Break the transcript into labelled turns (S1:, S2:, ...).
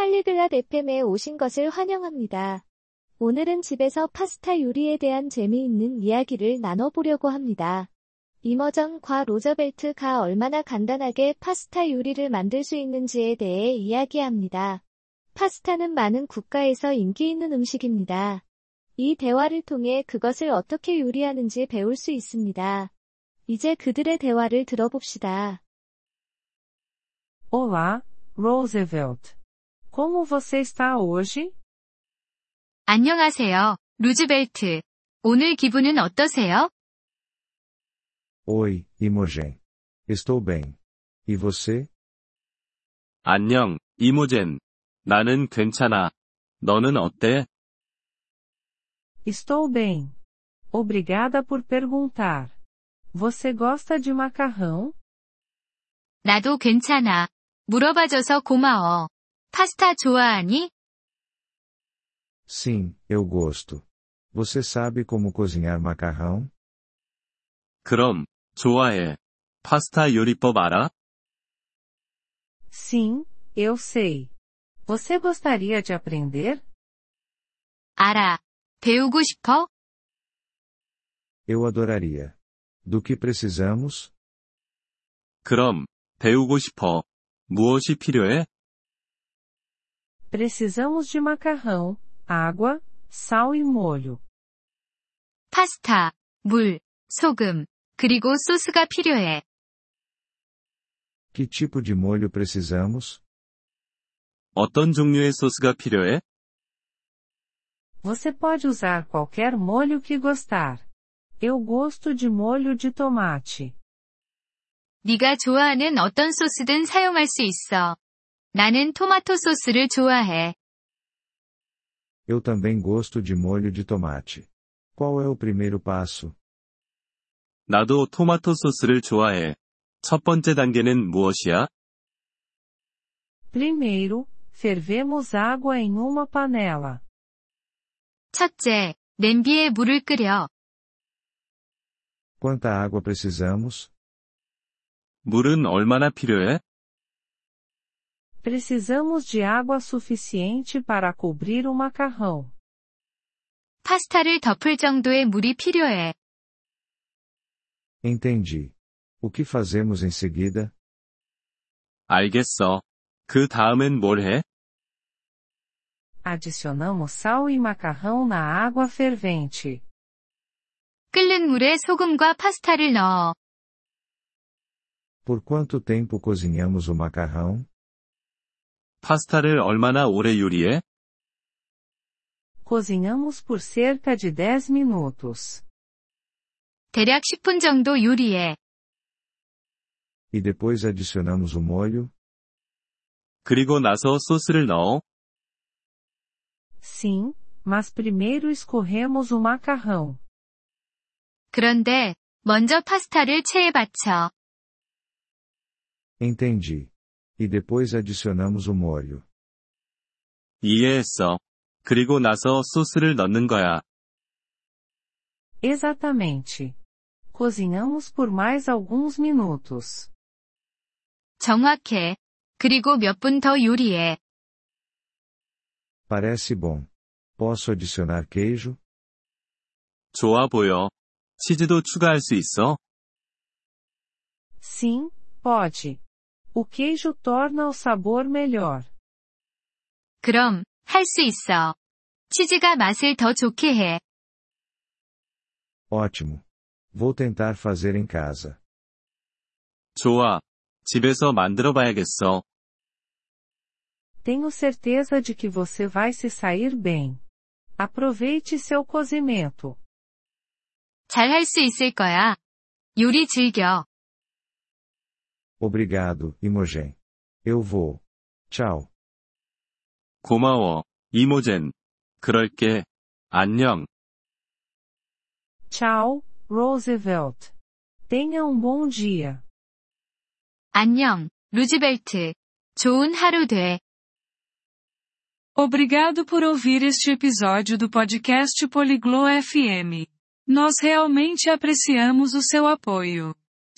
S1: 찰리글랏 FM에 오신 것을 환영합니다. 오늘은 집에서 파스타 요리에 대한 재미있는 이야기를 나눠보려고 합니다. 이머전과 로저벨트가 얼마나 간단하게 파스타 요리를 만들 수 있는지에 대해 이야기합니다. 파스타는 많은 국가에서 인기 있는 음식입니다. 이 대화를 통해 그것을 어떻게 요리하는지 배울 수 있습니다. 이제 그들의 대화를 들어봅시다.
S2: Olá, Roosevelt. Como você está hoje?
S3: 안녕하세요, 루즈벨트. 오늘 기분은 어떠세요?
S4: Oi, Imogen. Estou bem. E você?
S5: 안녕, 이모젠. 나는 괜찮아. 너는 어때?
S2: Estou bem. Obrigada por perguntar. Você gosta de macarrão?
S3: 나도 괜찮아. 물어봐줘서 고마워. 파스타 좋아하니?
S4: Sim, eu gosto. Você sabe como cozinhar macarrão?
S5: 그럼, 좋아해. 파스타 요리법 알아?
S2: Sim, eu sei. Você gostaria de aprender?
S3: 알아. 배우고 싶어?
S4: Eu adoraria. Do que precisamos?
S5: 그럼, 배우고 싶어. 무엇이 필요해?
S2: Precisamos de macarrão, água, sal e molho.
S3: 파스타, 물, 소금, 그리고 소스가 필요해.
S4: Que tipo de molho precisamos?
S5: 어떤 종류의 소스가 필요해?
S2: Você pode usar qualquer molho que gostar. Eu gosto de molho de tomate.
S3: 네가 좋아하는 어떤 소스든 사용할 수 있어. 나는 토마토 소스를 좋아해.
S4: Eu também gosto de molho de tomate. Qual é o primeiro passo?
S5: 나도 토마토 소스를 좋아해. 첫 번째 단계는 무엇이야?
S2: Primeiro, fervemos água em uma panela.
S3: 첫째, 냄비에 물을 끓여.
S4: Quanta água precisamos?
S5: 물은 얼마나 필요해?
S2: Precisamos de água suficiente para cobrir o macarrão.
S3: 파스타를 덮을 정도의 물이 필요해.
S4: Entendi. O que fazemos em seguida?
S5: 알겠어. 그 다음엔 뭘 해?
S2: Adicionamos sal e macarrão na água fervente.
S3: 끓는 물에 소금과 파스타를 넣어.
S4: Por quanto tempo cozinhamos o macarrão?
S5: 파스타를 얼마나 오래 요리해?
S2: Cozinhamos por cerca de 10 minutos.
S3: 대략 10분 정도 요리해.
S4: E depois adicionamos o molho?
S5: 그리고 나서 소스를 넣어.
S2: Sim, mas primeiro escorremos o macarrão.
S3: 그런데, 먼저 파스타를 체에 받쳐.
S4: Entendi. E depois adicionamos o molho.
S5: 이해했어. 그리고 나서 소스를 넣는 거야.
S2: Exatamente. Cozinhamos por mais alguns minutos.
S3: 정확해. 그리고 몇 분 더 요리해.
S4: Parece bom. Posso adicionar queijo?
S5: 좋아 보여. 치즈도 추가할 수 있어?
S2: Sim, pode. O queijo torna o sabor melhor.
S3: 그럼, 할 수 있어. 치즈가 맛을 더 좋게 해.
S4: Ótimo. Vou tentar fazer em casa.
S5: 좋아. 집에서 만들어 봐야겠어.
S2: Tenho certeza de que você vai se sair bem. Aproveite seu cozimento.
S3: 잘 할 수 있을 거야. 요리 즐겨.
S4: Obrigado, Imogen. Eu vou. Tchau.
S5: 고마워. 이모젠. 그럴게. 안녕.
S2: Tchau, Roosevelt. Tenha um bom dia.
S3: 안녕, 루즈벨트. 좋은 하루 돼.
S6: Obrigado por ouvir este episódio do podcast Poliglo FM. Nós realmente apreciamos o seu apoio.